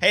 Hey,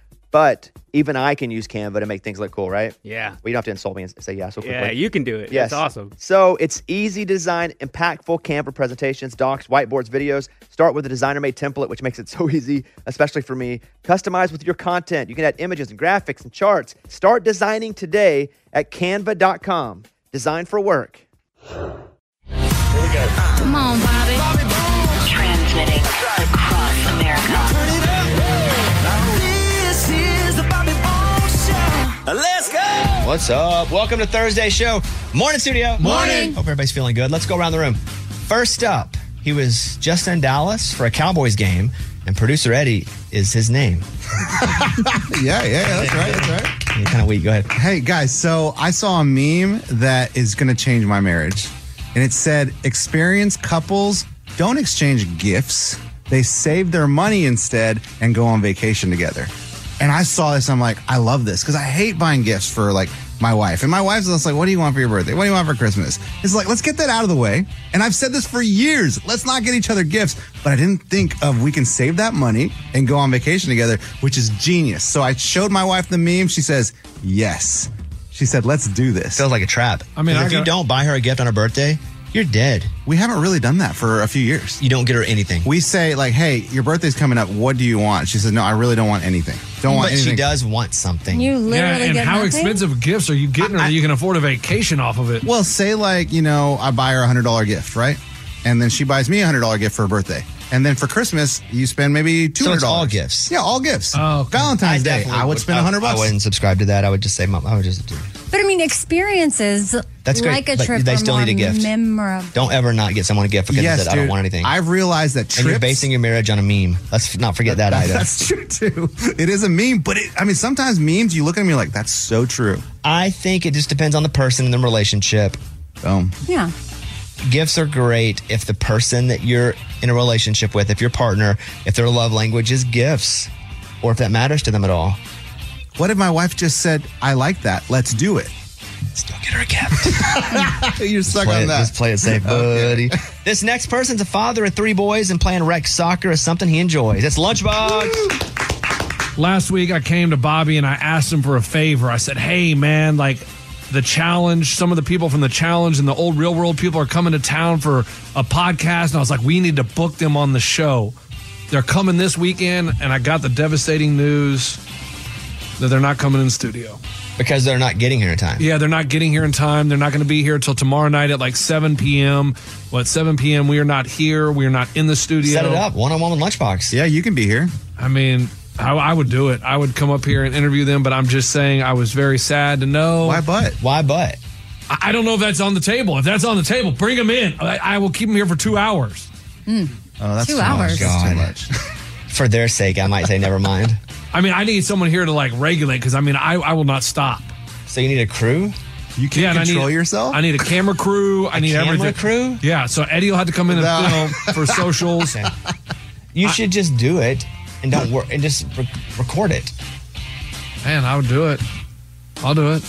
But even I can use Canva to make things look cool, right? Yeah. Well, you don't have to insult me and say yeah so quickly. Yeah, you can do it. Yes. It's awesome. So it's easy design, impactful Canva presentations, docs, whiteboards, videos. Start with a designer made template, which makes it so easy, especially for me. Customize with your content. You can add images and graphics and charts. Start designing today at canva.com. Design for work. Come on, Bobby. Transmitting across America. This is the Bobby Bones Show. Let's go. What's up? Welcome to Thursday show. Morning studio. Morning. Hope everybody's feeling good. Let's go around the room. First up, he was just in Dallas for a Cowboys game, and producer Eddie is his name. yeah, yeah, that's right, that's right. You're kind of weak. Go ahead. Hey guys, so I saw a meme that is going to change my marriage. And it said, experienced couples don't exchange gifts. They save their money instead and go on vacation together. And I saw this, I'm like, I love this because I hate buying gifts for like my wife. And my wife's just like, what do you want for your birthday? What do you want for Christmas? It's like, let's get that out of the way. And I've said this for years. Let's not get each other gifts. But I didn't think of we can save that money and go on vacation together, which is genius. So I showed my wife the meme. She says, yes. She said, let's do this. Feels like a trap. I mean, if you don't buy her a gift on her birthday, you're dead. We haven't really done that for a few years. You don't get her anything. We say like, "Hey, your birthday's coming up. What do you want?" She says, "No, I really don't want anything. Don't want but anything." she does want something. You literally yeah, and get how nothing? expensive gifts are you getting, or that you can afford a vacation off of it? Well, say like you know, I buy her a hundred dollar gift, right? And then she buys me a hundred dollar gift for her birthday, and then for Christmas you spend maybe two So hundred it's all dollars. gifts. Yeah, all gifts. Oh, okay. Valentine's Day, I would spend a hundred I bucks. wouldn't subscribe to that. I would just say, Mom, I would just do it. But I mean, experiences That's great, like a but trip they are still more need a gift. memorable. Don't ever not get someone a gift because Yes, of that. I don't dude. want anything. I've realized that trips. and you're basing your marriage on a meme. Let's not forget that either. that's true too. It is a meme, but it, I mean, sometimes memes you look at me like that's so true. I think it just depends on the person in the relationship. Boom. Yeah. Gifts are great if the person that you're in a relationship with, if your partner, if their love language is gifts, or if that matters to them at all. What if my wife just said, "I like that. Let's do it." Still get her a gift. You're stuck play on it, that. Oh, just play it safe, buddy. this next person's a father of three boys, and playing rec soccer is something he enjoys. It's Lunchbox. Last week, I came to Bobby and I asked him for a favor. I said, "Hey, man, like the challenge. Some of the people from the challenge and the old real world people are coming to town for a podcast, and I was like, we need to book them on the show. They're coming this weekend, and I got the devastating news that they're not coming in studio. because they're not getting here in time. Yeah, they're not getting here in time. They're not going to be here till tomorrow night at like 7 p.m. Well, at 7 p.m., we are not here. We are not in the studio. Set it up one on one with Lunchbox. yeah, you can be here. I mean, I, I would do it. I would come up here and interview them, but I'm just saying I was very sad to know. Why, but? Why but? I, I don't know if that's on the table. If that's on the table, bring them in. I, I will keep them here for two hours. Oh, that's Two too much. That's hours. God. too much. For their sake, I might say never mind. I mean, I need someone here to like regulate because I mean, I, I will not stop. So you need a crew? You can't and I control need, yourself. I need a camera crew. I need camera everything. crew? Yeah, so Eddie will have to come in and No. film for socials. You should just do it and don't work and just re- record it. Man, I would do it. I'll do it.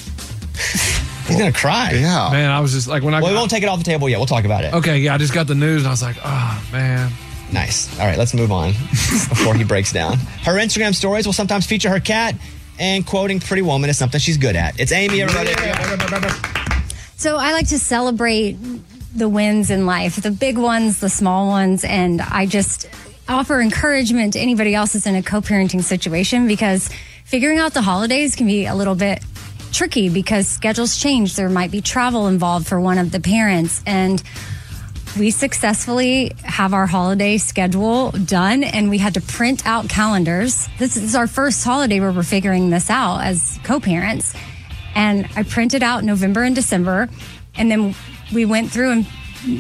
He's gonna cry. yeah. Man, I was just like when I Well, we got- won't take it off the table yet. We'll talk about it. Okay, yeah, I just got the news and I was like, oh man. Nice. All right, let's move on before he breaks down. Her Instagram stories will sometimes feature her cat and quoting Pretty Woman is something she's good at. It's Amy. Everybody. So I like to celebrate the wins in life, the big ones, the small ones, and I just offer encouragement to anybody else that's in a co-parenting situation because figuring out the holidays can be a little bit tricky because schedules change. There might be travel involved for one of the parents and we successfully have our holiday schedule done and we had to print out calendars. This is our first holiday where we're figuring this out as co parents. And I printed out November and December and then we went through and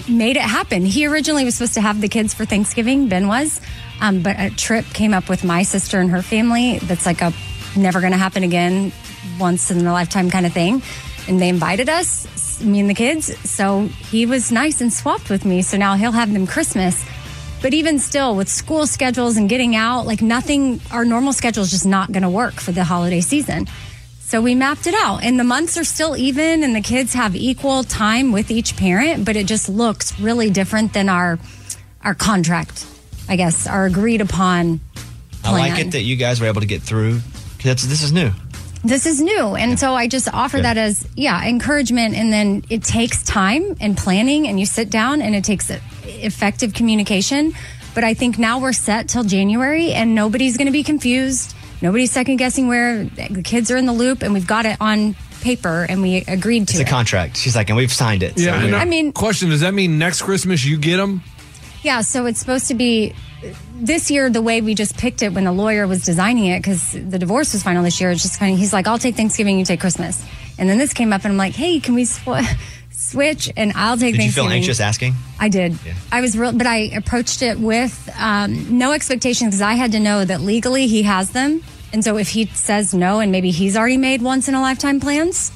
made it happen. He originally was supposed to have the kids for Thanksgiving, Ben was, um, but a trip came up with my sister and her family that's like a never going to happen again, once in a lifetime kind of thing. And they invited us me and the kids. So he was nice and swapped with me. So now he'll have them Christmas. But even still, with school schedules and getting out, like nothing, our normal schedule is just not going to work for the holiday season. So we mapped it out, and the months are still even, and the kids have equal time with each parent, but it just looks really different than our our contract, I guess, our agreed upon I plan. like it that you guys were able to get through. 'cause That's, this is new. this is new and so i just offer that as yeah encouragement and then it takes time and planning and you sit down and it takes e- effective communication but i think now we're set till january and nobody's going to be confused nobody's second guessing where the kids are in the loop and we've got it on paper and we agreed to It's a it contract. She's like, and we've signed it. Yeah, we- I mean- question: Does that mean next Christmas you get them? Yeah, so it's supposed to be this year the way we just picked it when the lawyer was designing it because the divorce was final this year. It's just kind of he's like, I'll take Thanksgiving, you take Christmas, and then this came up, and I'm like, Hey, can we sw- switch? And I'll take. did you feel Thanksgiving. anxious asking? I did. I was real, but I approached it with um, no expectations because I had to know that legally he has them, and so if he says no, and maybe he's already made once in a lifetime plans,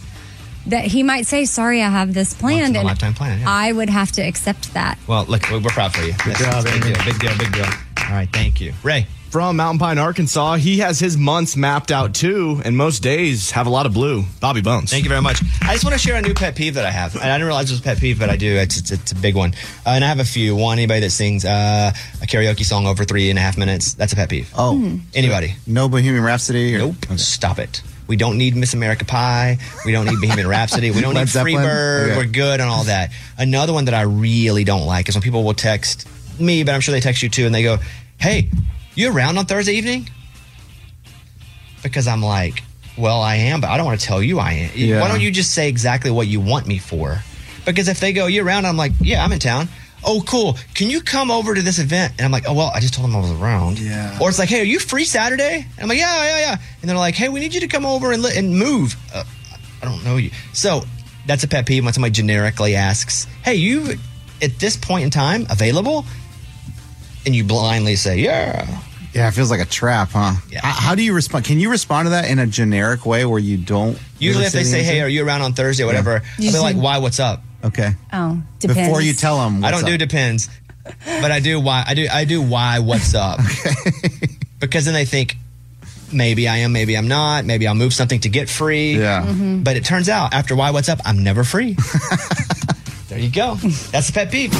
that he might say, "Sorry, I have this planned," a and lifetime plan, yeah. I would have to accept that. Well, look, we're we're proud for you. Good job, big Amy. deal, big deal, big deal. All right, thank you. Ray. From Mountain Pine, Arkansas, he has his months mapped out too, and most days have a lot of blue. Bobby Bones. Thank you very much. I just want to share a new pet peeve that I have. And I didn't realize it was a pet peeve, but I do. It's, it's, it's a big one. Uh, and I have a few. One, anybody that sings uh, a karaoke song over three and a half minutes, that's a pet peeve. Oh, Anybody. no Bohemian Rhapsody. Or, Nope. Stop it. We don't need Miss America Pie. We don't need Bohemian Rhapsody. We don't Led need Zeppelin? Freebird. Okay. We're good on all that. Another one that I really don't like is when people will text me, but I'm sure they text you too, and they go, "Hey, you around on Thursday evening?" Because I'm like, "Well, I am, but I don't want to tell you I am. Yeah. Why don't you just say exactly what you want me for?" Because if they go, "You around?" I'm like, "Yeah, I'm in town." Oh, cool. Can you come over to this event? And I'm like, oh, well, I just told them I was around. Yeah. Or it's like, hey, are you free Saturday? And I'm like, yeah, yeah, yeah. And they're like, hey, we need you to come over and, li- and move. Uh, I don't know you. So that's a pet peeve when somebody generically asks, hey, you at this point in time available? And you blindly say, yeah. Yeah, it feels like a trap, huh? Yeah. How, how do you respond? Can you respond to that in a generic way where you don't? Usually, really if they the say, hey, answer? are you around on Thursday or whatever, You they're like, say- why, what's up? okay, Oh, depends. before you tell them, I don't do depends, but I do why I do I do why what's up because then they think maybe I am, maybe I'm not, maybe I'll move something to get free. Yeah. But it turns out after why what's up, I'm never free. there you go. That's the pet peeve.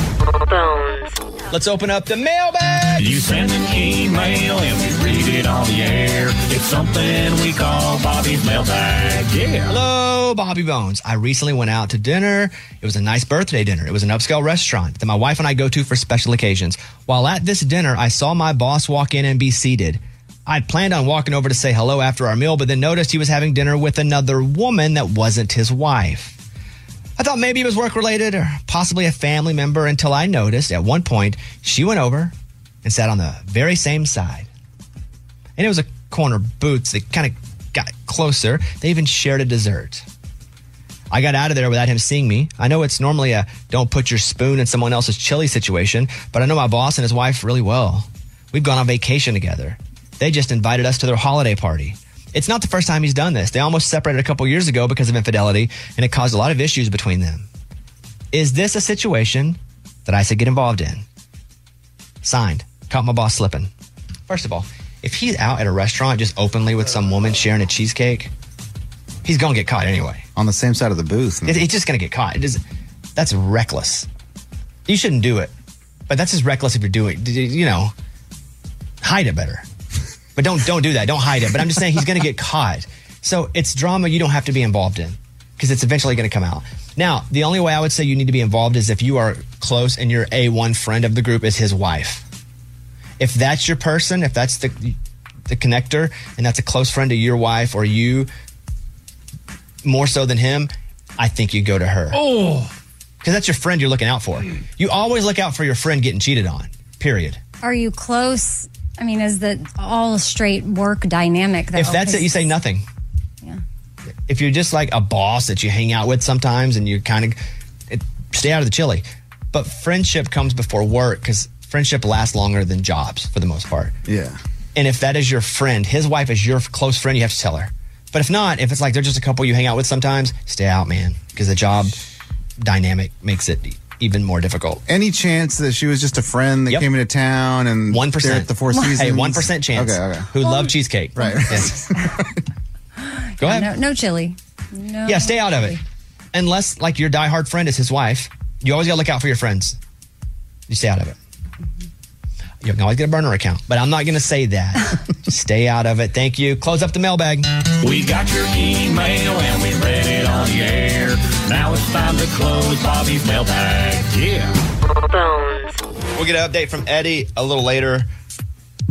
Let's open up the mailbag. You send an email and we read it on the air. It's something we call Bobby's mailbag. Yeah. Hello, Bobby Bones. I recently went out to dinner. It was a nice birthday dinner. It was an upscale restaurant that my wife and I go to for special occasions. While at this dinner, I saw my boss walk in and be seated. I'd planned on walking over to say hello after our meal, but then noticed he was having dinner with another woman that wasn't his wife. I thought maybe it was work related or possibly a family member until I noticed at one point she went over and sat on the very same side. And it was a corner booth that kind of got closer. They even shared a dessert. I got out of there without him seeing me. I know it's normally a don't put your spoon in someone else's chili situation, but I know my boss and his wife really well. We've gone on vacation together. They just invited us to their holiday party. It's not the first time he's done this. They almost separated a couple years ago because of infidelity, and it caused a lot of issues between them. Is this a situation that I should get involved in? Signed, caught my boss slipping. First of all, if he's out at a restaurant just openly with some woman sharing a cheesecake, he's gonna get caught anyway. on the same side of the booth. It- It's just going to get caught. It is, that's reckless. You shouldn't do it. But that's just reckless if you're doing, d- d- you know, hide it better. But don't don't do that. Don't hide it. But I'm just saying he's going to get caught. So it's drama you don't have to be involved in because it's eventually going to come out. Now, the only way I would say you need to be involved is if you are close and your A1 friend of the group is his wife. If that's your person, if that's the the connector and that's a close friend to your wife or you more so than him, I think you go to her. Oh. Because that's your friend you're looking out for. You always look out for your friend getting cheated on, period. Are you close? I mean, is the all straight work dynamic? Though, if that's it, 'Cause- you say nothing. Yeah. If you're just like a boss that you hang out with sometimes and you kind of stay out of the chili. But friendship comes before work because friendship lasts longer than jobs for the most part. Yeah. And if that is your friend, his wife is your f- close friend, you have to tell her. But if not, if it's like they're just a couple you hang out with sometimes, stay out, man, because the job dynamic makes it e- even more difficult. Any chance that she was just a friend that Yep. came into town and One they're percent at the Four Seasons? Hey, one percent chance. Okay, okay. Who love cheesecake? Right. Go ahead. No, no chili. No. Yeah, stay out of it. Unless like your diehard friend is his wife, you always gotta look out for your friends. You stay out of it. You can always get a burner account, but I'm not gonna say that. Just stay out of it. Thank you. Close up the mailbag. We got your e- email and we read it on the air. Now it's time to close Bobby's mailbag. Yeah. We'll get an update from Eddie a little later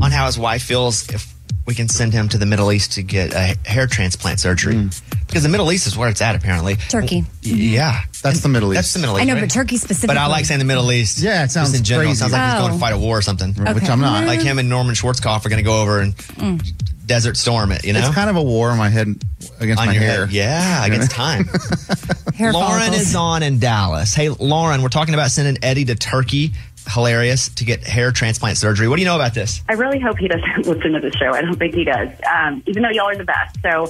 on how his wife feels if we can send him to the Middle East to get a hair transplant surgery. Because the Middle East is where it's at, apparently. Turkey. Yeah. That's the Middle East. That's the Middle East. I know, right? but turkey specifically. But I like saying the Middle East. Yeah, it sounds Just in general, crazy. it sounds like he's Oh. going to fight a war or something. Right, which Okay. I'm not. Like him and Norman Schwarzkopf are going to go over and Mm. desert storm it. You know, It's kind of a war in my head against On my your hair. head. Yeah, against time. Hair Lauren follicles. is on in Dallas. Hey, Lauren, we're talking about sending Eddie to Turkey. Hilarious to get hair transplant surgery. What do you know about this? I really hope he doesn't listen to the show. I don't think he does, um, even though y'all are the best. So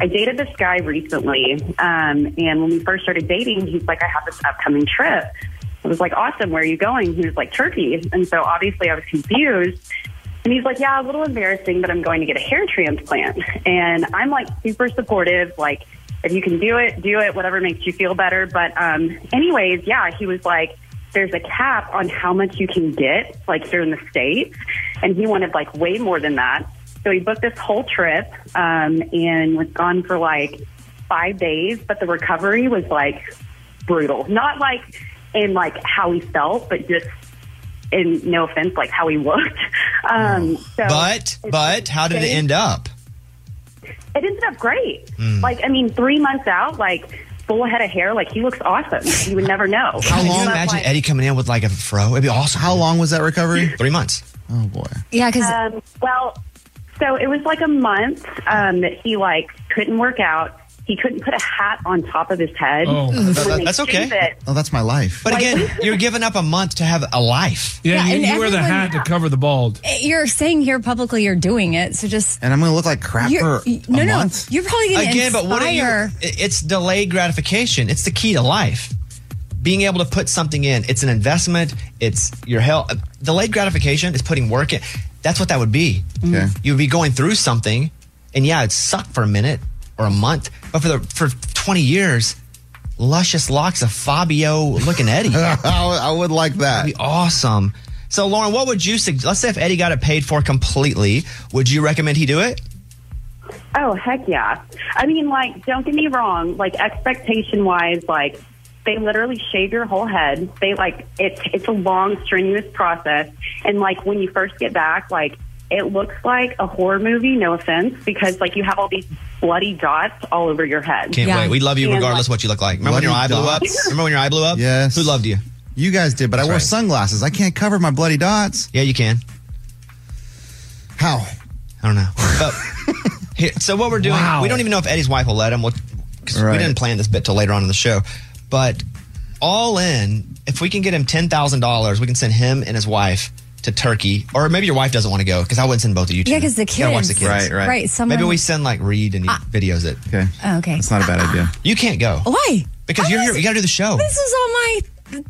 I dated this guy recently, um, and when we first started dating, he's like, I have this upcoming trip. I was like, awesome, where are you going? He was like, Turkey. And so obviously I was confused. And he's like, yeah, a little embarrassing, but I'm going to get a hair transplant. And I'm like super supportive, like, if you can do it, do it, whatever makes you feel better. But, um, anyways, yeah, he was like, there's a cap on how much you can get, like here in the States. And he wanted like way more than that. So he booked this whole trip um, and was gone for like five days, but the recovery was like brutal. Not like in like how he felt, but just in no offense, like how he looked. Um, so But but how did it end up? it ended up great. Mm. Like, I mean, three months out, like full head of hair, like he looks awesome. You would never know. How long? But, Imagine like, Eddie coming in with like a fro. It'd be awesome. How long was that recovery? Three months. Oh boy. Yeah, because um, well, so it was like a month um, that he like couldn't work out. He couldn't put a hat on top of his head. Oh, When that- they that's okay. shave it- Oh, that's my life. But again, you're giving up a month to have a life. Yeah, Yeah, you- and you wear the everyone- to cover the bald. You're saying here publicly you're doing it, so just. And I'm going to look like crap You're, for y- a no, no, month. you're probably going to Again, inspire. but what are you? i- It's delayed gratification. It's the key to life. Being able to put something in. It's an investment. It's your health. Delayed gratification is putting work in. That's what that would be. Okay. You'd be going through something, and yeah, it sucked for a minute or a month, but for the for 20 years, luscious locks of Fabio looking Eddie. I would like that. That'd be awesome. So, Lauren, what would you suggest? Let's say if Eddie got it paid for completely, would you recommend he do it? Oh heck yeah! I mean, like, don't get me wrong. Like, expectation wise, like, they literally shave your whole head. They like it's it's a long, strenuous process, and like when you first get back, like it looks like a horror movie. No offense, because like you have all these bloody dots all over your head. Can't wait. We love you regardless what you look like. Remember when your eye Bloody blew up? dots. Remember when your eye blew up? Yes. Who loved you? You guys did, but I wore sunglasses. I can't cover my bloody dots. Yeah, you can. How? I don't know. But here, so what we're doing, Wow. we don't even know if Eddie's wife will let him. We'll, 'cause Right. We didn't plan this bit till later on in the show. But all in, if we can get him ten thousand dollars, we can send him and his wife to Turkey, or maybe your wife doesn't want to go because I wouldn't send both of you. Two. Yeah, 'cause the You gotta watch the kids. kids. Right, right. Right, someone- Maybe we send like Reed and he Ah. videos it. Okay, Oh, okay. not a bad idea. You can't go Why? because you're here. You got to do the show. This is all my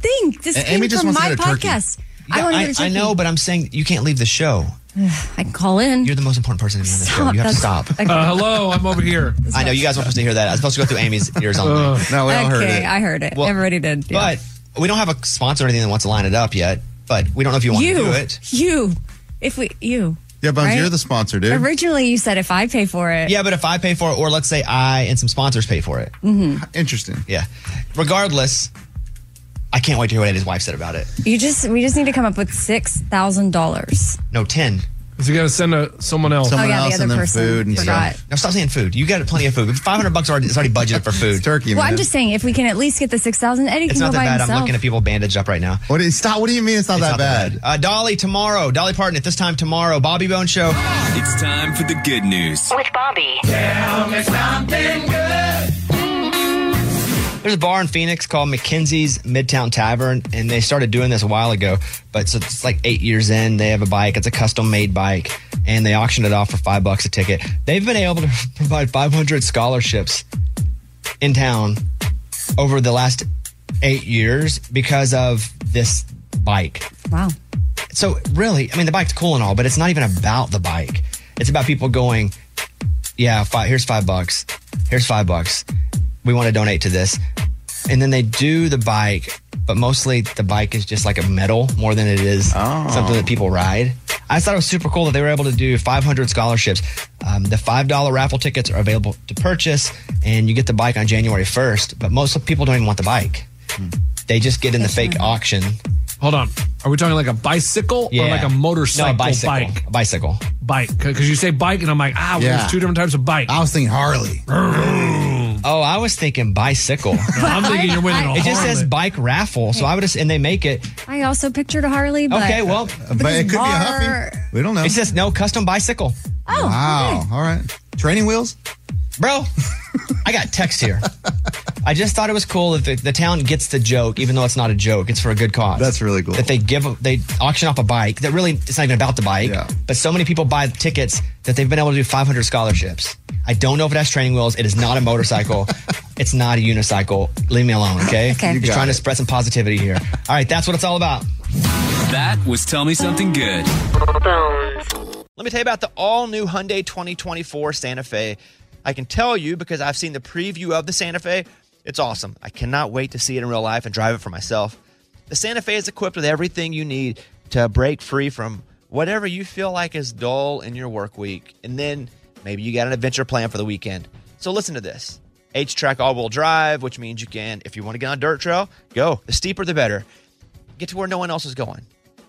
thing. This A- came Amy just from wants to my go to Turkey. podcast. Yeah, I want to I, go to Turkey. I know, but I'm saying you can't leave the show. I can call in. You're the most important person to be on the show. Stop, You have to that's- stop. okay. Uh, hello, I'm over here. I know you guys weren't supposed to hear that. I was supposed to go through Amy's ears only. okay, I heard it. Well, Everybody did. yeah. But we don't have a sponsor or anything that wants to line it up yet. but we don't know if you want you, to do it. you, if we, you. Yeah, Bones, Right? you're the sponsor, Originally, you said if I pay for it. Yeah, but if I pay for it, or let's say I and some sponsors pay for it. hmm Interesting. Yeah. Regardless, I can't wait to hear what Eddie's wife said about it. You just, we just need to come up with six thousand dollars. No, 10. So you got to send a, someone else. Someone Oh, yeah, the else and other then person. food and Forgot. stuff. No, stop saying food. You got plenty of food. 500 bucks already, it's already budgeted for food. turkey, Well, I'm just saying, if we can at least get the six thousand, Eddie It's can not go that by bad. I'm himself. looking at people bandaged up right now. What do you, stop? What do you mean it's not, that, bad? Uh, Dolly tomorrow. Dolly Parton at this time tomorrow. Bobby Bone Show. It's time for the good news. With Bobby. Tell me something good. There's a bar in Phoenix called McKenzie's Midtown Tavern, and they started doing this a while ago. But so it's like eight years in, they have a bike. It's a custom made bike, and they auctioned it off for five bucks a ticket. They've been able to provide 500 scholarships in town over the last eight years because of this bike. Wow. So really, I mean, the bike's cool and all, but it's not even about the bike. It's about people going, yeah, five, here's five bucks. Here's five bucks. We want to donate to this. And then they do the bike, but mostly the bike is just like a medal more than it is something that people ride. I thought it was super cool that they were able to do 500 scholarships. Um, the $5 raffle tickets are available to purchase, and you get the bike on January 1st, but most people don't even want the bike. They just get in the fake auction. Hold on. Are we talking like a bicycle or Yeah. like a motorcycle No, a bicycle. bike? A bicycle. Bike. Because you say bike, and I'm like, ah, Yeah. there's two different types of bike. I was thinking Harley. Oh, I was thinking bicycle. I'm thinking you're winning a It just says Harley. bike raffle, so I would just and they make it. I also pictured a Harley, but okay, well, bar- We don't know. It says no custom bicycle. Oh, Wow, All right. Training wheels, bro. I got text here. I just thought it was cool that the, the town gets the joke, even though it's not a joke. It's for a good cause. That's really cool. That they give, they auction off a bike that really it's not even about the bike. But so many people buy tickets that they've been able to do 500 scholarships. I don't know if it has training wheels. It is not a motorcycle. it's not a unicycle. Leave me alone, okay? Okay. You Just got trying to it. spread some positivity here. All right, that's what it's all about. That was Tell Me Something Good. Let me tell you about the all new Hyundai 2024 Santa Fe. I can tell you because I've seen the preview of the Santa Fe. It's awesome. I cannot wait to see it in real life and drive it for myself. The Santa Fe is equipped with everything you need to break free from whatever you feel like is dull in your work week. And then maybe you got an adventure plan for the weekend. So listen to this. H track all wheel drive, which means you can, if you want to get on a dirt trail, go. The steeper, the better. Get to where no one else is going.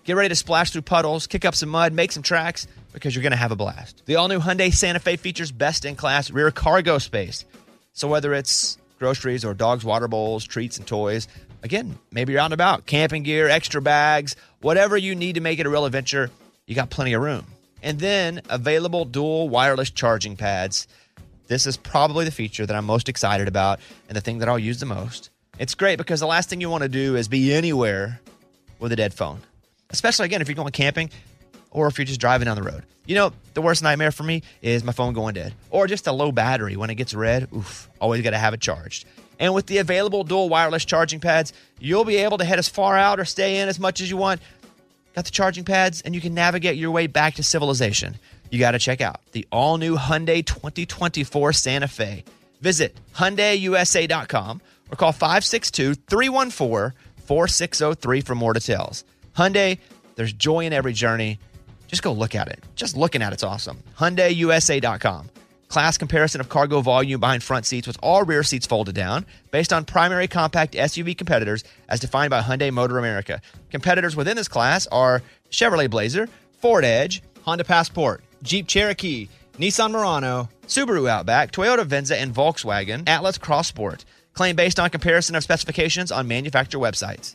Get ready to splash through puddles, kick up some mud, make some tracks because you're going to have a blast. The all new Hyundai Santa Fe features best in class rear cargo space. So whether it's groceries or dogs' water bowls, treats, and toys, again, maybe you're out and about, camping gear, extra bags, whatever you need to make it a real adventure, you got plenty of room. And then available dual wireless charging pads. This is probably the feature that I'm most excited about and the thing that I'll use the most. It's great because the last thing you want to do is be anywhere with a dead phone, especially again if you're going camping or if you're just driving down the road. You know, the worst nightmare for me is my phone going dead or just a low battery when it gets red. Oof, always got to have it charged. And with the available dual wireless charging pads, you'll be able to head as far out or stay in as much as you want. Got the charging pads, and you can navigate your way back to civilization. You got to check out the all new Hyundai 2024 Santa Fe. Visit HyundaiUSA.com or call 562 314 4603 for more details. Hyundai, there's joy in every journey. Just go look at it. Just looking at it's awesome. HyundaiUSA.com. Class comparison of cargo volume behind front seats with all rear seats folded down, based on primary compact SUV competitors as defined by Hyundai Motor America. Competitors within this class are Chevrolet Blazer, Ford Edge, Honda Passport, Jeep Cherokee, Nissan Murano, Subaru Outback, Toyota Venza, and Volkswagen Atlas Crossport. Claim based on comparison of specifications on manufacturer websites.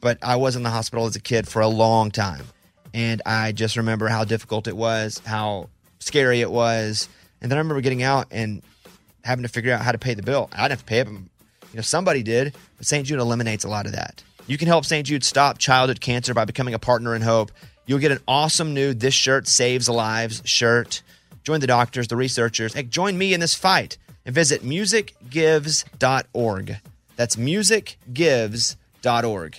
but I was in the hospital as a kid for a long time. And I just remember how difficult it was, how scary it was. And then I remember getting out and having to figure out how to pay the bill. I didn't have to pay it, but you know, somebody did. But St. Jude eliminates a lot of that. You can help St. Jude stop childhood cancer by becoming a partner in hope. You'll get an awesome new This Shirt Saves Lives shirt. Join the doctors, the researchers. Hey, join me in this fight and visit musicgives.org. That's musicgives.org.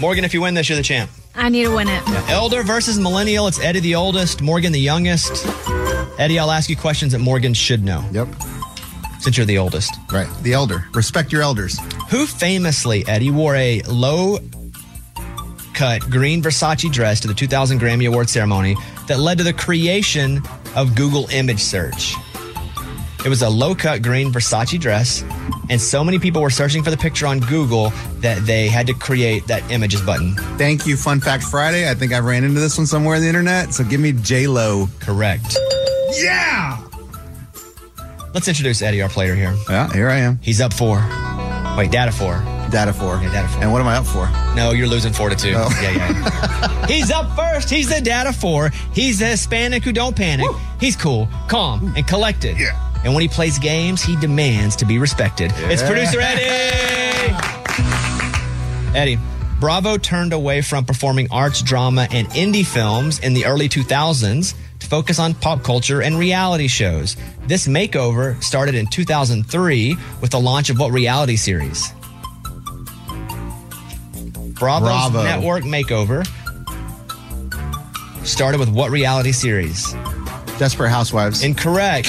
Morgan, if you win this, you're the champ. I need to win it. Elder versus millennial. It's Eddie the oldest, Morgan the youngest. Eddie, I'll ask you questions that Morgan should know. Yep. Since you're the oldest. Right. The elder. Respect your elders. Who famously, Eddie, wore a low cut green Versace dress to the 2000 Grammy Award ceremony that led to the creation of Google image search? It was a low cut green Versace dress, and so many people were searching for the picture on Google that they had to create that images button. Thank you, Fun Fact Friday. I think I ran into this one somewhere on the internet. So give me J Lo. Correct. Yeah. Let's introduce Eddie, our player here. Yeah, here I am. He's up four. Wait, data four. Data four. Yeah, data four. And what am I up for? No, you're losing four to two. Oh. Yeah, yeah. He's up first. He's the data four. He's the Hispanic who don't panic. He's cool, calm, and collected. Yeah. And when he plays games, he demands to be respected. It's producer Eddie. Eddie, Bravo turned away from performing arts, drama, and indie films in the early 2000s to focus on pop culture and reality shows. This makeover started in 2003 with the launch of what reality series? Bravo's Bravo. network makeover started with what reality series? Desperate Housewives. Incorrect.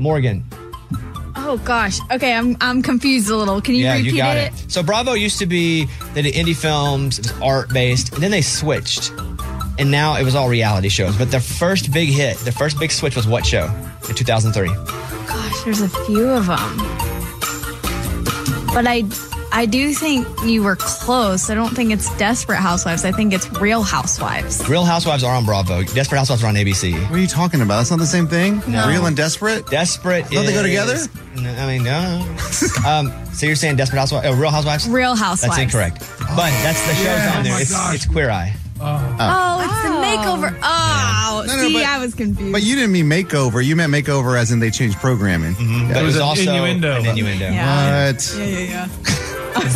Morgan. Oh gosh. Okay, I'm I'm confused a little. Can you yeah, repeat you got it? it. So Bravo used to be they did indie films, it was art based, and then they switched, and now it was all reality shows. But their first big hit, the first big switch, was what show in 2003? Gosh, there's a few of them. But I I do think you were close. I don't think it's Desperate Housewives. I think it's Real Housewives. Real Housewives are on Bravo. Desperate Housewives are on ABC. What are you talking about? That's not the same thing. No. Real and desperate. Desperate. Don't they go is- together? No, I mean, no. um, so you're saying Desperate Housewives? Uh, Real Housewives? Real Housewives. That's incorrect. But that's the show's Yeah. on Oh there. my It's, gosh. it's Queer Eye. Oh, it's the makeover. Oh, No, no, see, but- I was confused. But you didn't mean makeover. You meant makeover as in they changed programming. But it was, also an innuendo. Yeah. What? Yeah, yeah, yeah.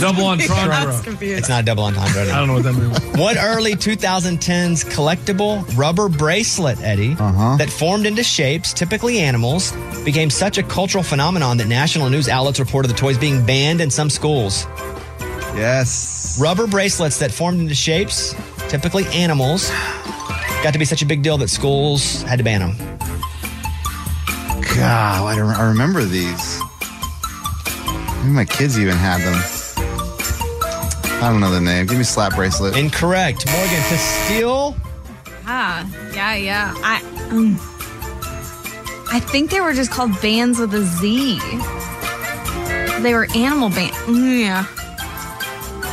Double I was confused. It's not double entendre. I don't know what that means. What early 2010s collectible rubber bracelet, Eddie, that formed into shapes, typically animals, became such a cultural phenomenon that national news outlets reported the toys being banned in some schools? Yes. Rubber bracelets that formed into shapes, typically animals, got to be such a big deal that schools had to ban them. God, I, don't, I remember these. Maybe my kids even had them. I don't know the name. Give me slap bracelet. Incorrect. Morgan, to steal. Ah, yeah, yeah. I um, I think they were just called bands with a Z. They were animal bands. Yeah.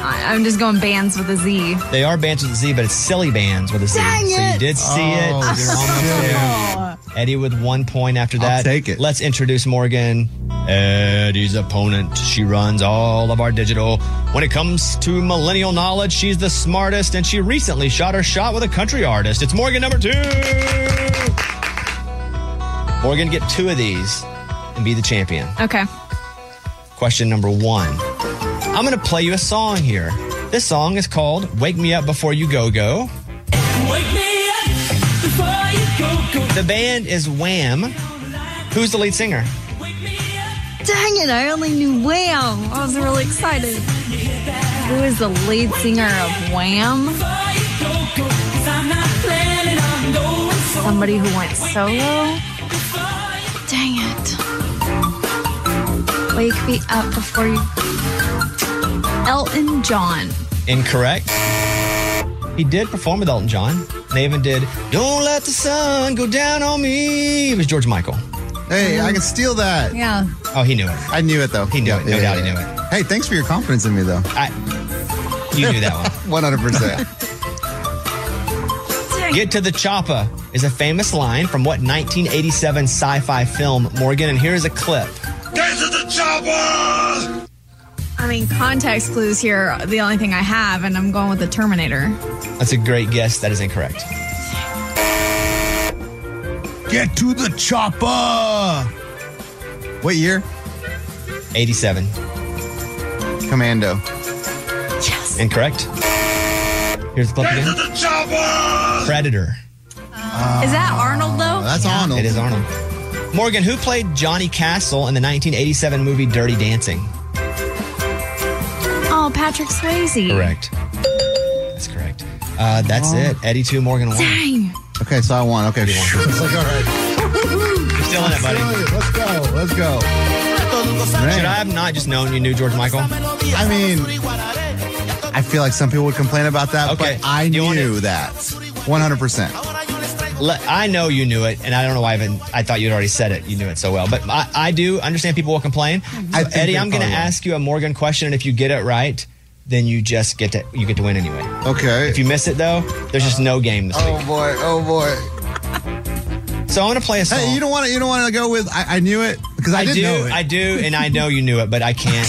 I, I'm just going bands with a Z. They are bands with a Z, but it's silly bands with a Z. Dang so you it! did see it. Oh, You're almost there. Eddie with one point after that. take it. Let's introduce Morgan. Eddie's opponent. She runs all of our digital. When it comes to millennial knowledge, she's the smartest, and she recently shot her shot with a country artist. It's Morgan number two. Morgan, get two of these and be the champion. Okay. Question number one. I'm going to play you a song here. This song is called Wake Me Up Before You Go Go. Wake me up before you go, go. The band is Wham. Who's the lead singer? Dang it, I only knew Wham. I was really excited. Who is the lead singer of Wham? Cause I'm not planning on going so Somebody who went solo? Dang it. Wake me up before you. Elton John. Incorrect. He did perform with Elton John. They even did Don't Let the Sun Go Down on Me. It was George Michael. Hey, I can steal that. Yeah. Oh, he knew it. I knew it though. He knew it. No doubt he knew it. Hey, thanks for your confidence in me though. I, you knew that one. One hundred percent. Get to the choppa is a famous line from what 1987 sci-fi film, Morgan? And here is a clip. Get to the chopper! I mean, context clues here are the only thing I have, and I'm going with the Terminator. That's a great guess. That is incorrect. Get to the chopper. What year? 87. Commando. Yes. Incorrect. Here's the clip Get to again. the chopper! Predator. is that Arnold, though? That's Arnold. It is Arnold. Morgan, who played Johnny Castle in the 1987 movie Dirty Dancing? Oh, Patrick Swayze. Correct. That's correct. Uh, that's Oh. it. Eddie two, Morgan one. Dang. Okay, so I won. Okay, it's like all right. You're still in it, buddy. Let's go. Let's go. Should I have not just known you knew George Michael? I mean, I feel like some people would complain about that, but I knew that. One hundred percent. Le- I know you knew it, and I don't know why I even I thought you'd already said it. You knew it so well, but I, I do understand people will complain. I So, think Eddie, they I'm going to probably will. ask you a Morgan question, and if you get it right, then you just get to you get to win anyway. Okay. If you miss it though, there's just no game this Oh boy. Oh boy. week. So I'm going to play a song. Oh. Hey, you don't want to. You don't want to go with. I, I knew it because I, did do, know it. I do, and I know you knew it, but I can't.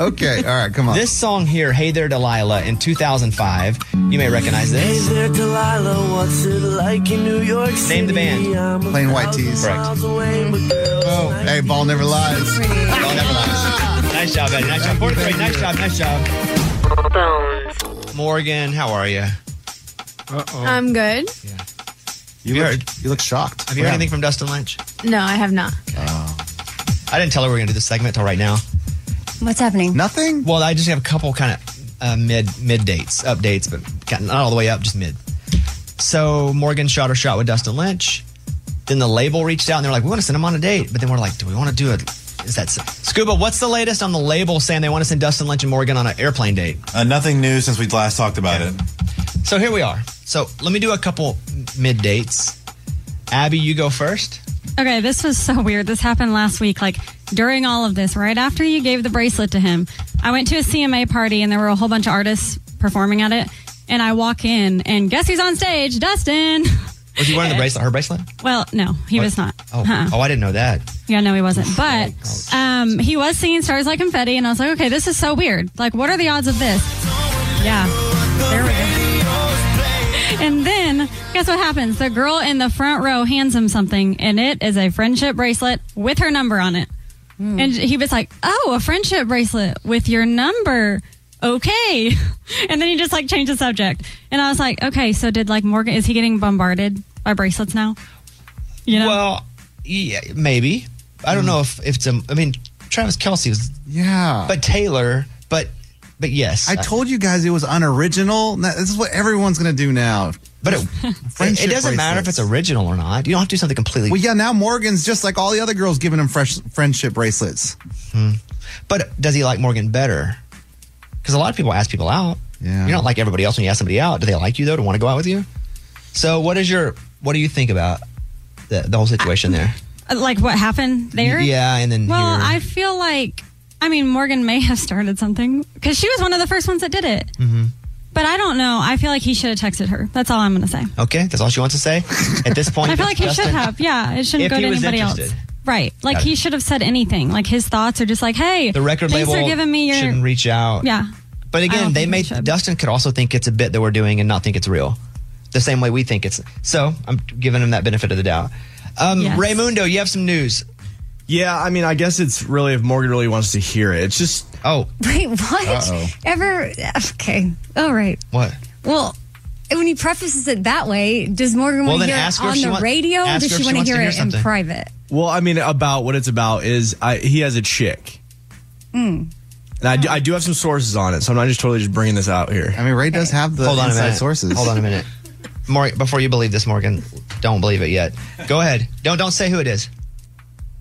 okay, all right, come on. This song here, "Hey There, Delilah," in 2005, you may recognize Hey this. there, Delilah, what's it like in New York City? Name the band. I'm a Plain White thousand Tees. Correct. miles away, but girl, Oh, hey, ball never lies. Don't ever lie. Nice job, Eddie. Nice job. 43. Nice job. Nice job. Morgan, how are you? I'm good. You, look, you look shocked. Have you heard anything from Dustin Lynch? No, I have not. I didn't tell her we were going to do this segment till right now. What's happening? Nothing. Well, I just have a couple kind of uh, mid mid dates, updates, but kind- not all the way up, just mid. So Morgan shot her shot with Dustin Lynch. Then the label reached out and they're like, "We want to send him on a date," but then we're like, "Do we want to do it? Is that s- Scuba? What's the latest on the label saying they want to send Dustin Lynch and Morgan on an airplane date?" Uh, nothing new since we last talked about it. So here we are. So let me do a couple mid dates. Abby, you go first. Okay, this was so weird. This happened last week. Like during all of this, right after you gave the bracelet to him, I went to a CMA party and there were a whole bunch of artists performing at it. And I walk in and guess who's on stage? Dustin. Was he wearing the bracelet? Her bracelet? Well, no, he What? was not. Oh, Uh-uh. oh, I didn't know that. Yeah, no, he wasn't. But um, he was singing "Stars Like Confetti," and I was like, okay, this is so weird. Like, what are the odds of this? Yeah, there we go. And then guess what happens? The girl in the front row hands him something, and it is a friendship bracelet with her number on it. And he was like, "Oh, a friendship bracelet with your number." Okay. And then he just like changed the subject. And I was like, "Okay, so did like Morgan is he getting bombarded by bracelets now?" You know? Oh. Well, yeah, maybe. I don't know if, if it's a. I mean, Travis Kelsey was. Yeah. But Taylor, but but yes, Uh, I told you guys it was unoriginal. Now, This is what everyone's gonna do now. But it, Friendship it doesn't matter if bracelets. it's original or not. You don't have to do something completely. Well, yeah. Now Morgan's just like all the other girls, giving him fresh friendship bracelets. But does he like Morgan better? Because a lot of people ask people out. Yeah. You don't like everybody else when you ask somebody out. Do they like you though? To want to go out with you? So what is your what do you think about the, the whole situation there? uh, like what happened there? Yeah, and then Well, here. I feel like I mean Morgan may have started something because she was one of the first ones that did it. Mm-hmm. But I don't know. I feel like he should have texted her. That's all I'm going to say. Okay, that's all she wants to say at this point. I feel like he Justin? should have. Yeah, it shouldn't If go he to was anybody else. interested. Right. Like Got he it. should have said anything. Like his thoughts are just like, hey, The record thanks label for giving me your shouldn't reach out. yeah. But I again, don't they think may Dustin could also think it's a bit that we're doing and not think it's real, the same way we think it's. So I'm giving him that benefit of the doubt. Um, Yes. Raymundo, you have some news. Yeah, I mean, I guess it's really if Morgan really wants to hear it. It's just oh, Wait, what? Uh-oh. Ever? Okay. All right. what? Well, when he prefaces it that way, does Morgan Well, want to then hear ask it her if on she the want- radio or ask does her if she she want to wants to hear hear it in something. private? Well, I mean, about what it's about is I, he has a chick, Mm. and I do, I do have some sources on it, so I'm not just totally just bringing this out here. I mean, Ray does have the Hold on a inside minute. sources. Hold on a minute. Mor- before you believe this, Morgan, don't believe it yet. Go ahead. Don't don't say who it is.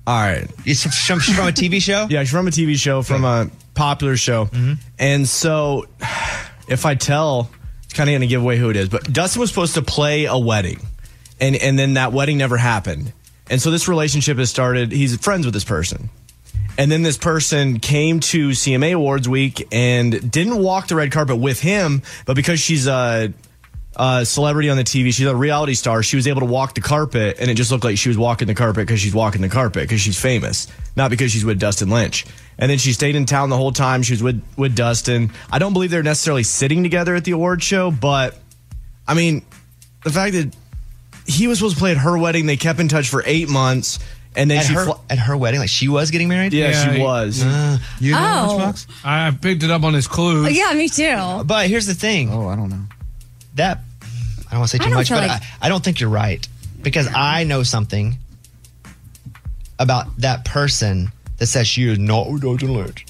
All right. She's from, she's from a TV show? Yeah, she's from a TV show, from a popular show. And so, if I tell, it's kind of going to give away who it is. But Dustin was supposed to play a wedding, and, and then that wedding never happened. And so, this relationship has started. He's friends with this person. And then this person came to CMA Awards week and didn't walk the red carpet with him, but because she's uh, a, a celebrity on the TV, she's a reality star, she was able to walk the carpet, and it just looked like she was walking the carpet because she's walking the carpet because she's famous, not because she's with Dustin Lynch. And then she stayed in town the whole time. She was with, with Dustin. I don't believe they're necessarily sitting together at the award show, but I mean, the fact that he was supposed to play at her wedding, they kept in touch for eight months, and then At she her- at her wedding, like she was getting married. Yeah, she he- was. Uh, You know Oh. Lunchbox? I picked it up on his clues. Oh, yeah, me too. But here's the thing. Oh, I don't know. That I don't want to say I too don't much, feel but like- I, I don't think you're right because I know something about that person that says she is not with Dr. Lynch.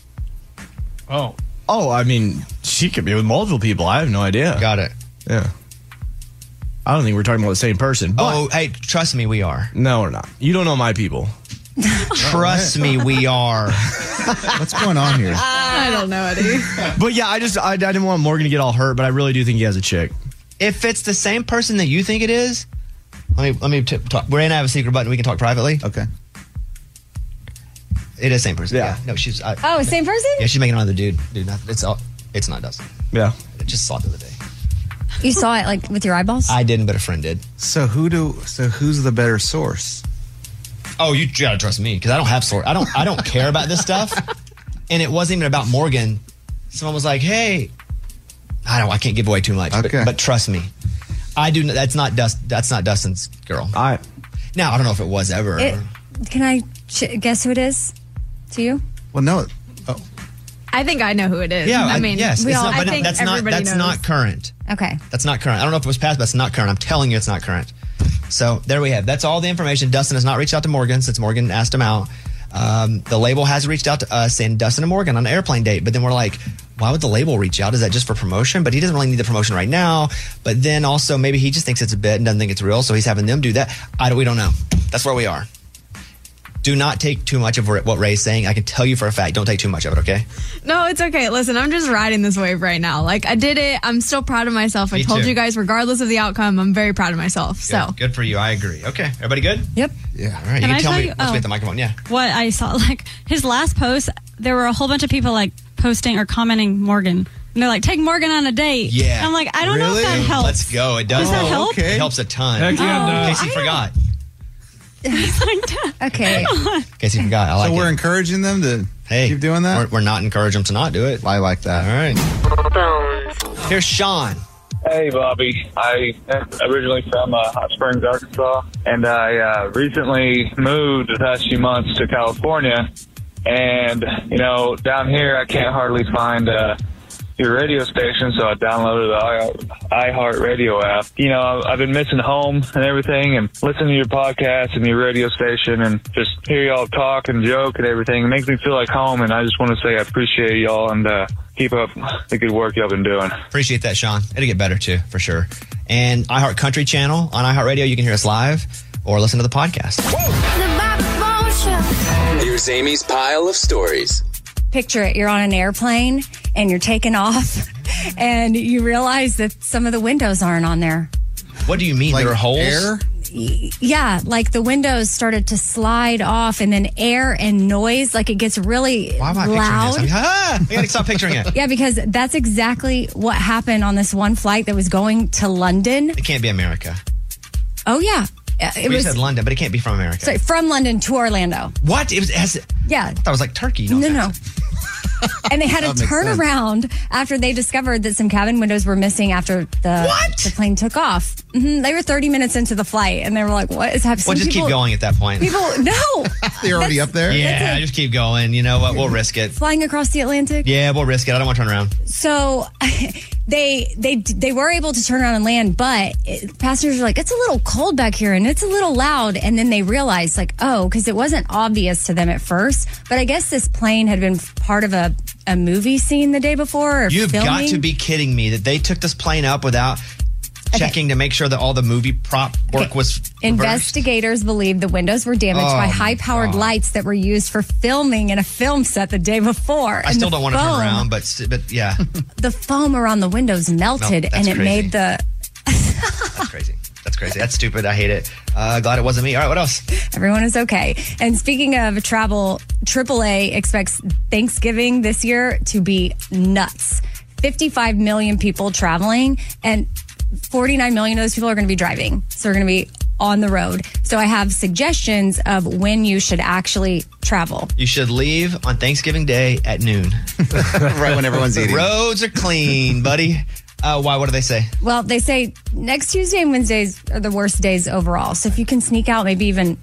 Oh, oh, I mean, she could be with multiple people. I have no idea. Got it. Yeah, I don't think we're talking about the same person. Oh, hey, trust me, we are. No, we're not. You don't know my people. Trust me, we are. What's going on here? I don't know, Eddie. But yeah, I just I, I didn't want Morgan to get all hurt, but I really do think he has a chick. If it's the same person that you think it is, let me let me t- talk. We're in. I have a secret button. We can talk privately. Okay. It is same person. Yeah. No, she's. I, Oh, same person? Yeah, she's making another dude. Dude, not, it's all. It's not Dustin. Yeah. I just saw it the other day. You saw it like with your eyeballs? I didn't, but a friend did. So who do? So who's the better source? Oh, you gotta trust me because I don't have sort. I don't. I don't care about this stuff. And it wasn't even about Morgan. Someone was like, "Hey, I don't. I can't give away too much. But, but trust me, I do. That's not Dust. That's not Dustin's girl. All right. Now I don't know if it was ever. It, can I ch- guess who it is to you? Well, no. Oh, I think I know who it is. yeah. I mean, yes. we it's all, not, I but think that's not. everybody That's knows. not current. Okay. That's not current. I don't know if it was passed, but it's not current. I'm telling you, it's not current. So there we have. That's all the information. Dustin has not reached out to Morgan since Morgan asked him out. Um, the label has reached out to us and Dustin and Morgan on an airplane date, but then we're like, why would the label reach out? Is that just for promotion? But he doesn't really need the promotion right now. But then also maybe he just thinks it's a bit and doesn't think it's real, so he's having them do that. I don't, we don't know. That's where we are. Do not take too much of what Ray's saying. I can tell you for a fact. Don't take too much of it. Okay. No, it's okay. Listen, I'm just riding this wave right now. Like I did it. I'm still proud of myself. I Me told too. you guys, regardless of the outcome, I'm very proud of myself. So Good for you. I agree. Okay. Everybody good? Yep. Yeah. All right. Can you can I tell tell me you- once we oh. hit the microphone. Yeah. what I saw, like his last post, there were a whole bunch of people like posting or commenting Morgan. And they're like, take Morgan on a date. Yeah. I'm like, I don't know if that helps. Let's go. It does Does that help. help? Okay. It helps a ton. Heck yeah, Oh, it In does. case you I forgot. okay. In case you forgot. I like so we're it. encouraging them to hey, keep doing that. We're, we're not encouraging them to not do it. I like that. All right. Here's Sean. Hey, Bobby. I am originally from uh, Hot Springs, Arkansas, and I uh, recently moved the past few months to California. And, you know, down here, I can't hardly find uh, your radio station, so I downloaded the i- iHeartRadio app. You know, I- I've been missing home and everything, and listening to your podcast and your radio station, and just hear y'all talk and joke and everything. It makes me feel like home, and I just want to say I appreciate y'all and uh, keep up the good work y'all been doing. Appreciate that, Sean. It'll get better too, for sure. And iHeart Country channel on iHeartRadio, you can hear us live or listen to the podcast. Here's Amy's pile of stories. Picture it. You're on an airplane and you're taking off and you realize that some of the windows aren't on there. What do you mean? there are holes? Air? Yeah, like the windows started to slide off and then air and noise, like it gets really Why am I picturing loud. this? I'm, ah, I gotta stop picturing it. Yeah, because that's exactly what happened on this one flight that was going to London. It can't be America. Oh yeah, Uh, it we was said London, but it can't be from America. sorry, from London to Orlando. what? It was, it has, I Yeah, thought it was like Turkey. No, no, no. and they had a That makes sense. turnaround after they discovered that some cabin windows were missing after the the plane took off. hmm They were 30 minutes into the flight and they were like, "What is happening?" Well, just keep going at that point. People, no, That's Yeah, just keep going. You know what? We'll risk it. flying across the Atlantic. Yeah, we'll risk it. I don't want to turn around. So they they they were able to turn around and land, but it, passengers were like, "It's a little cold back here, and it's a little loud." And then they realized, like, oh, because it wasn't obvious to them at first, but I guess this plane had been part of a a movie scene the day before. Or You've got filming. to be kidding me that they took this plane up without checking to make sure that all the movie prop work was reversed. Investigators believe the windows were damaged Oh, by my high-powered lights that were used for filming in a film set the day before. I And still the don't want to turn foam- around, but st- but yeah, The foam around the windows melted, that's and it crazy. made the that's crazy. That's crazy. That's stupid. I hate it. Uh, glad it wasn't me. All right, what else? Everyone is okay. And speaking of travel, AAA expects Thanksgiving this year to be nuts. 55 million people traveling, and 49 million of those people are going to be driving. So they're going to be on the road. So I have suggestions of when you should actually travel. You should leave on Thanksgiving Day at noon. right when everyone's eating. Roads are clean, buddy. Uh, why? What do they say? Well, they say next Tuesday and Wednesdays are the worst days overall. So if you can sneak out, maybe even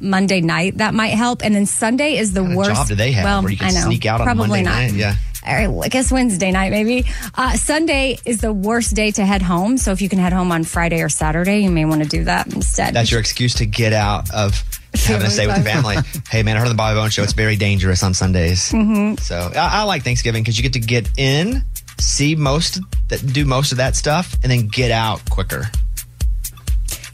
Monday night, that might help. And then Sunday is the worst. job do they have well, where you can I know, sneak out on probably Monday not. night? Yeah. All right, well, I guess Wednesday night maybe. Uh, Sunday is the worst day to head home. So if you can head home on Friday or Saturday, you may want to do that instead. That's your excuse to get out of having to stay with the family. hey, man, I heard the Bobby Bones show. It's very dangerous on Sundays. Mhm. So I, I like Thanksgiving because you get to get in, see most that do most of that stuff, and then get out quicker.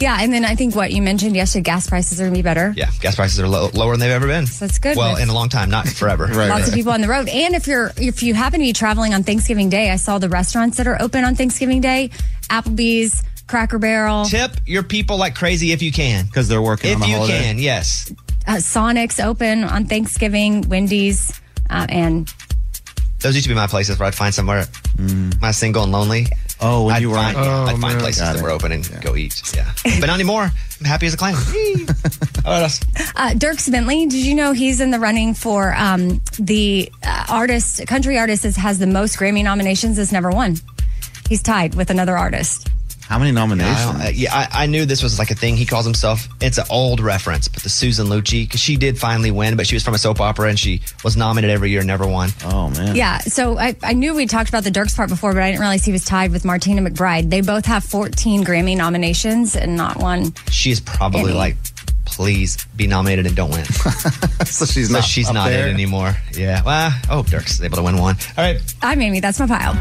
Yeah, and then I think what you mentioned yesterday, gas prices are going to be better. Yeah, gas prices are low, lower than they've ever been. So that's good. Well, That's- in a long time, not forever. right. Lots of people on the road, and if you're if you happen to be traveling on Thanksgiving Day, I saw the restaurants that are open on Thanksgiving Day: Applebee's, Cracker Barrel, Tip your people like crazy if you can. Because they're working If on the you holiday. can, yes. uh, Sonic's open on Thanksgiving, Wendy's, uh, and Those used to be my places where I'd find somewhere my single and lonely. Mm. Oh, when I'd you were find, on- yeah, Oh, I'd find man. places Got that it. were open and go eat. Yeah, but not anymore. I'm happy as a clam. Oh, All right, uh, Dirks Bentley. Did you know he's in the running for um, the uh, artist, country artist that has the most Grammy nominations? Has never won. He's tied with another artist. How many nominations? Yeah, I, don't- uh, yeah, I, I knew this was like a thing. He calls himself. It's an old reference, but the Susan Lucci, because she did finally win, but she was from a soap opera and she was nominated every year, and never won. Oh man. Yeah, so I, I knew we talked about the Dirks part before, but I didn't realize he was tied with Martina McBride. They both have 14 Grammy nominations and not one. She is probably Any. like, please be nominated and don't win. so she's so not she's up not there? it anymore. Yeah. Well, I hope Dirk's is able to win one. All right. I'm Amy. That's my pile.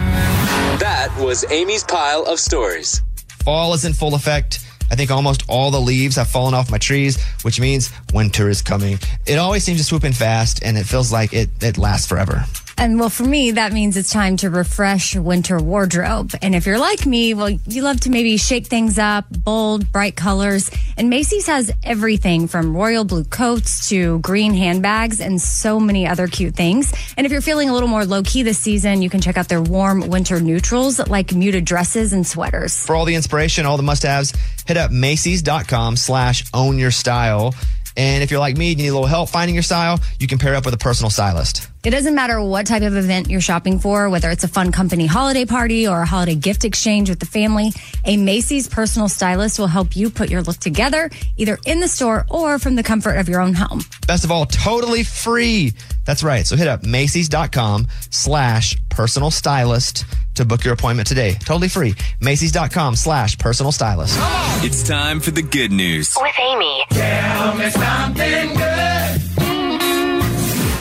That was Amy's pile of stories. Fall is in full effect. I think almost all the leaves have fallen off my trees, which means winter is coming. It always seems to swoop in fast, and it feels like it, it lasts forever. And well, for me, that means it's time to refresh your winter wardrobe. And if you're like me, well, you love to maybe shake things up, bold, bright colors. And Macy's has everything from royal blue coats to green handbags and so many other cute things. And if you're feeling a little more low key this season, you can check out their warm winter neutrals like muted dresses and sweaters. For all the inspiration, all the must-haves, hit up Macy's.com slash own your style. And if you're like me and you need a little help finding your style, you can pair up with a personal stylist. It doesn't matter what type of event you're shopping for, whether it's a fun company holiday party or a holiday gift exchange with the family, a Macy's personal stylist will help you put your look together, either in the store or from the comfort of your own home. Best of all, totally free. That's right. So hit up Macy's.com slash personal stylist to book your appointment today. Totally free. Macy's.com slash personal stylist. It's time for the good news. With Amy. Tell me something good.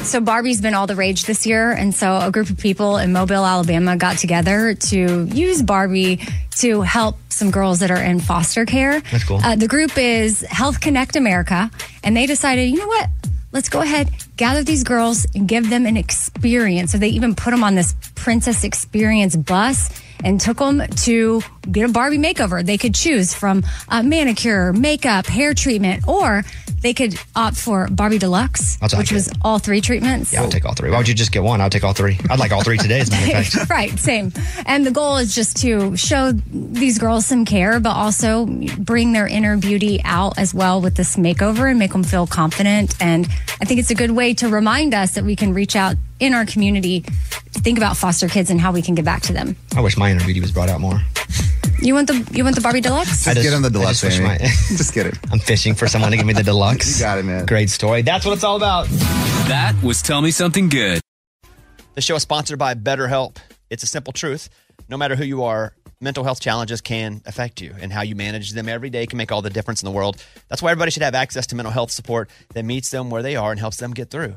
So Barbie's been all the rage this year, and so a group of people in Mobile, Alabama got together to use Barbie to help some girls that are in foster care. That's cool. Uh, the group is Health Connect America, and they decided, you know what? Let's go ahead, gather these girls, and give them an experience. So they even put them on this Princess Experience bus and took them to get a Barbie makeover. They could choose from uh, manicure, makeup, hair treatment, or they could opt for Barbie Deluxe, I'll take which it. was all three treatments. Yeah, I'll take all three. Why would you just get one? I'll take all three. I'd like all three today, as a matter of fact. right, same. And the goal is just to show these girls some care, but also bring their inner beauty out as well with this makeover and make them feel confident. And I think it's a good way to remind us that we can reach out in our community to think about foster kids and how we can give back to them. I wish my inner beauty was brought out more. You want the you want the Barbie Deluxe? I get him the I deluxe, wish Amy. just get it. I'm fishing for someone to give me the deluxe. You got it, man. Great story. That's what it's all about. That was Tell Me Something Good. The show is sponsored by BetterHelp. It's a simple truth. No matter who you are, mental health challenges can affect you, and how you manage them every day can make all the difference in the world. That's why everybody should have access to mental health support that meets them where they are and helps them get through.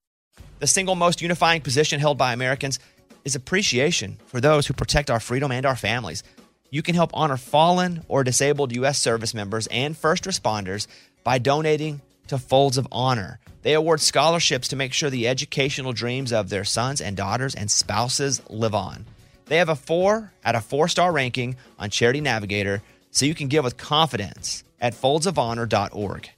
the single most unifying position held by Americans is appreciation for those who protect our freedom and our families. You can help honor fallen or disabled U.S. service members and first responders by donating to Folds of Honor. They award scholarships to make sure the educational dreams of their sons and daughters and spouses live on. They have a four out of four star ranking on Charity Navigator, so you can give with confidence at foldsofhonor.org.